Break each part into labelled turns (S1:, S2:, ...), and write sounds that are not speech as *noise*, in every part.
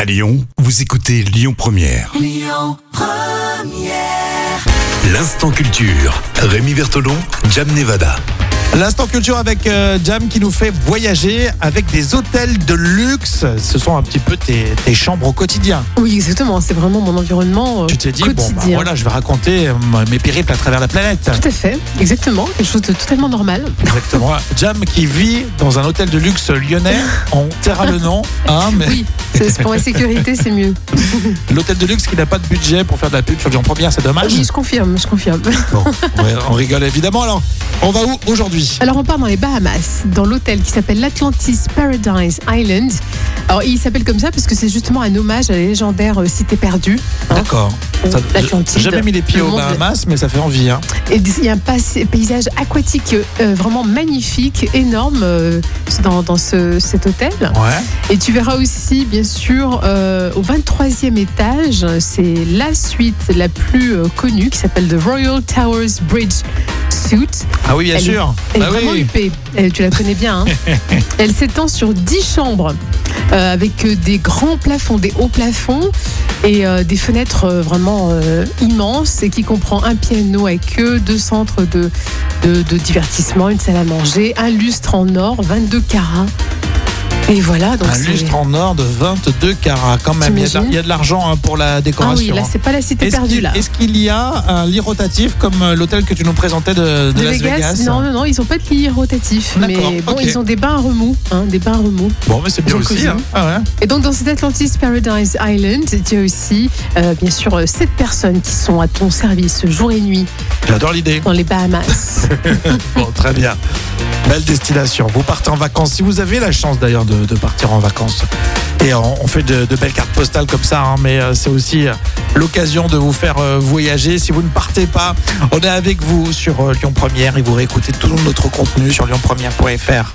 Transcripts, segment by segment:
S1: À Lyon, vous écoutez Lyon Première. Lyon Première. L'instant culture. Rémi Bertolon, Jam Nevada.
S2: L'instant culture avec euh, Jam qui nous fait voyager avec des hôtels de luxe. Ce sont un petit peu tes, tes chambres au quotidien.
S3: Oui, exactement. C'est vraiment mon environnement euh,
S2: Tu t'es dit, bon, bah,
S3: quotidien.
S2: voilà, je vais raconter euh, mes périples à travers la planète.
S3: Tout à fait, exactement. Quelque chose de
S2: *laughs*
S3: totalement normal. *laughs*
S2: Exactement. Jam qui vit dans un hôtel de luxe lyonnais. On taira le nom, hein, mais
S3: Oui, c'est pour la sécurité, c'est mieux.
S2: l'hôtel de luxe qui n'a pas de budget pour faire de la pub sur Lyon Première, c'est dommage.
S3: Oui, je confirme, je confirme. *laughs*
S2: Bon, ouais, on rigole évidemment. Alors, on va où aujourd'hui
S3: Alors, on part dans les Bahamas, dans l'hôtel qui s'appelle l'Atlantis Paradise Island. Alors, il s'appelle comme ça parce que c'est justement un hommage à la légendaire euh, cité perdue.
S2: D'accord. Ça-
S3: L'Atlantide.
S2: Jamais mis les pieds
S3: Le
S2: aux
S3: monde-
S2: Bahamas, mais ça fait envie. Hein.
S3: Et il y a un pas- paysage aquatique euh, vraiment magnifique, énorme euh, dans, dans ce- cet hôtel.
S2: Ouais.
S3: Et tu verras aussi, bien sûr, euh, au 23e étage, c'est la suite la plus euh, connue qui s'appelle The Royal Towers Bridge Suite.
S2: Ah oui, bien
S3: Elle est-
S2: sûr.
S3: Elle
S2: Bah
S3: est vraiment
S2: oui.
S3: huppée. Euh, tu la connais bien.
S2: *laughs*
S3: hein. Elle s'étend sur 10 chambres euh, avec euh, des grands plafonds, des hauts plafonds et euh, des fenêtres euh, vraiment euh, immenses et qui comprend un piano à queue, deux centres de, de, de divertissement, une salle à manger, un lustre en or, 22 carats. Et voilà, donc
S2: un
S3: c'est-
S2: lustre en or de 22 carats, quand même. Il y a de la-
S3: T'imagines
S2: il y a de l'argent hein, pour la
S3: Ah
S2: décoration.
S3: oui, là,
S2: hein.
S3: c'est pas la cité
S2: Est-ce
S3: perdue,
S2: qu'il,
S3: là.
S2: est-ce qu'il y a un lit rotatif comme euh, l'hôtel que tu nous présentais de, de Las Vegas,
S3: Non, non, non, ils ont pas de lit rotatif. Mais
S2: D'accord,
S3: bon,
S2: ok.
S3: ils ont des bains à remous, hein, des bains à remous.
S2: Bon, mais c'est bien aussi.
S3: Jacuzzi.
S2: hein. Ah ouais.
S3: Et donc, dans cet Atlantis Paradise Island, il y a aussi, euh, bien sûr, euh, sept personnes qui sont à ton service jour et nuit
S2: J'adore l'idée.
S3: dans les Bahamas.
S2: Bon, très bien. Belle destination. Vous partez en vacances. Si vous avez la chance d'ailleurs de, de partir en vacances, et on, on fait de, de belles cartes postales comme ça, hein, mais euh, c'est aussi euh, l'occasion de vous faire euh, voyager. Si vous ne partez pas, on est avec vous sur euh, Lyon Première et vous réécoutez tout notre contenu sur lyonpremière.fr.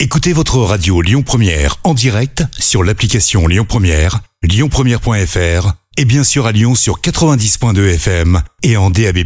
S1: Écoutez votre radio Lyon Première en direct sur l'application Lyon Première, lyonpremière.fr et bien sûr à Lyon sur 90.2 FM et en DAB+.